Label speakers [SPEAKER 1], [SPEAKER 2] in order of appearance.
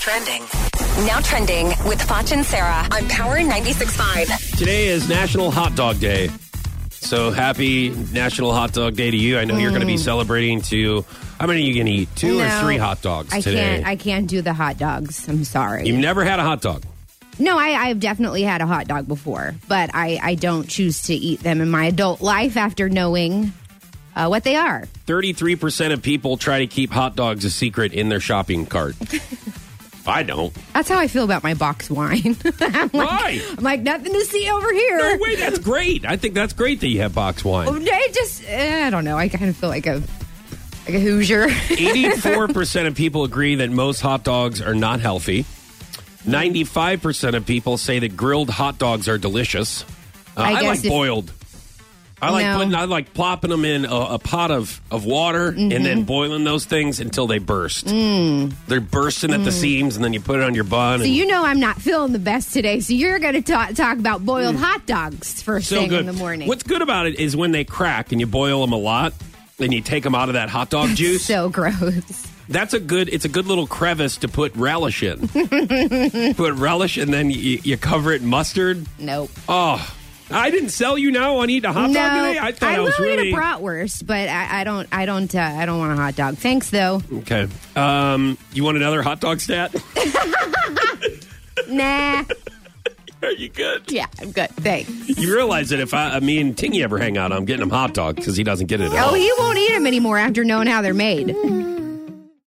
[SPEAKER 1] trending. Now trending with Foch and Sarah on Power 96.5.
[SPEAKER 2] Today is National Hot Dog Day. So happy National Hot Dog Day to you. I know you're going to be celebrating to how many are you going to eat? Two or
[SPEAKER 3] Mm. No,
[SPEAKER 2] three hot dogs
[SPEAKER 3] I
[SPEAKER 2] today?
[SPEAKER 3] can't. I can't do the hot dogs. I'm sorry.
[SPEAKER 2] You've never had a hot dog.
[SPEAKER 3] no, I, I've definitely had a hot dog before, but I, I don't choose to eat them in my adult life after knowing uh, what they are.
[SPEAKER 2] 33% of people try to keep hot dogs a secret in their shopping cart. I don't.
[SPEAKER 3] That's how I feel about my box wine. I'm like,
[SPEAKER 2] Why?
[SPEAKER 3] I'm like nothing to see over here.
[SPEAKER 2] No way, that's great. I think that's great that you have box wine.
[SPEAKER 3] I just eh, I don't know. I kind of feel like a like a Hoosier.
[SPEAKER 2] 84% of people agree that most hot dogs are not healthy. 95% of people say that grilled hot dogs are delicious. Uh,
[SPEAKER 3] I
[SPEAKER 2] I,
[SPEAKER 3] guess
[SPEAKER 2] like
[SPEAKER 3] if-
[SPEAKER 2] boiled. I like
[SPEAKER 3] No.
[SPEAKER 2] putting, I like plopping them in a, a pot of, of water
[SPEAKER 3] Mm-hmm.
[SPEAKER 2] and then boiling those things until they burst. They're bursting at the seams and then you put it on your bun.
[SPEAKER 3] Mm. so
[SPEAKER 2] and
[SPEAKER 3] you know I'm not feeling the best today. So you're going to talk talk about boiled hot dogs first
[SPEAKER 2] Mm. so
[SPEAKER 3] thing
[SPEAKER 2] good.
[SPEAKER 3] in the morning.
[SPEAKER 2] What's good about it is when they crack and you boil them a lot and you take them out of that hot dog juice.
[SPEAKER 3] so gross.
[SPEAKER 2] That's a good. It's a good little crevice to put relish in. put relish, and then you, you cover it in mustard.
[SPEAKER 3] Nope.
[SPEAKER 2] Oh, I didn't sell you now on eating a hot
[SPEAKER 3] no,
[SPEAKER 2] dog today. I thought I,
[SPEAKER 3] will
[SPEAKER 2] was really
[SPEAKER 3] eat a bratwurst, but I, I don't. I don't. Uh, I don't want a hot dog. Thanks, though.
[SPEAKER 2] okay. Um, you want another hot dog stat?
[SPEAKER 3] Nah.
[SPEAKER 2] Are you good?
[SPEAKER 3] yeah, I'm good. Thanks.
[SPEAKER 2] You realize that if I, I me and Tingy ever hang out, I'm getting him hot dog because he doesn't get it. At
[SPEAKER 3] Oh,
[SPEAKER 2] all.
[SPEAKER 3] he won't eat them anymore after knowing how they're made.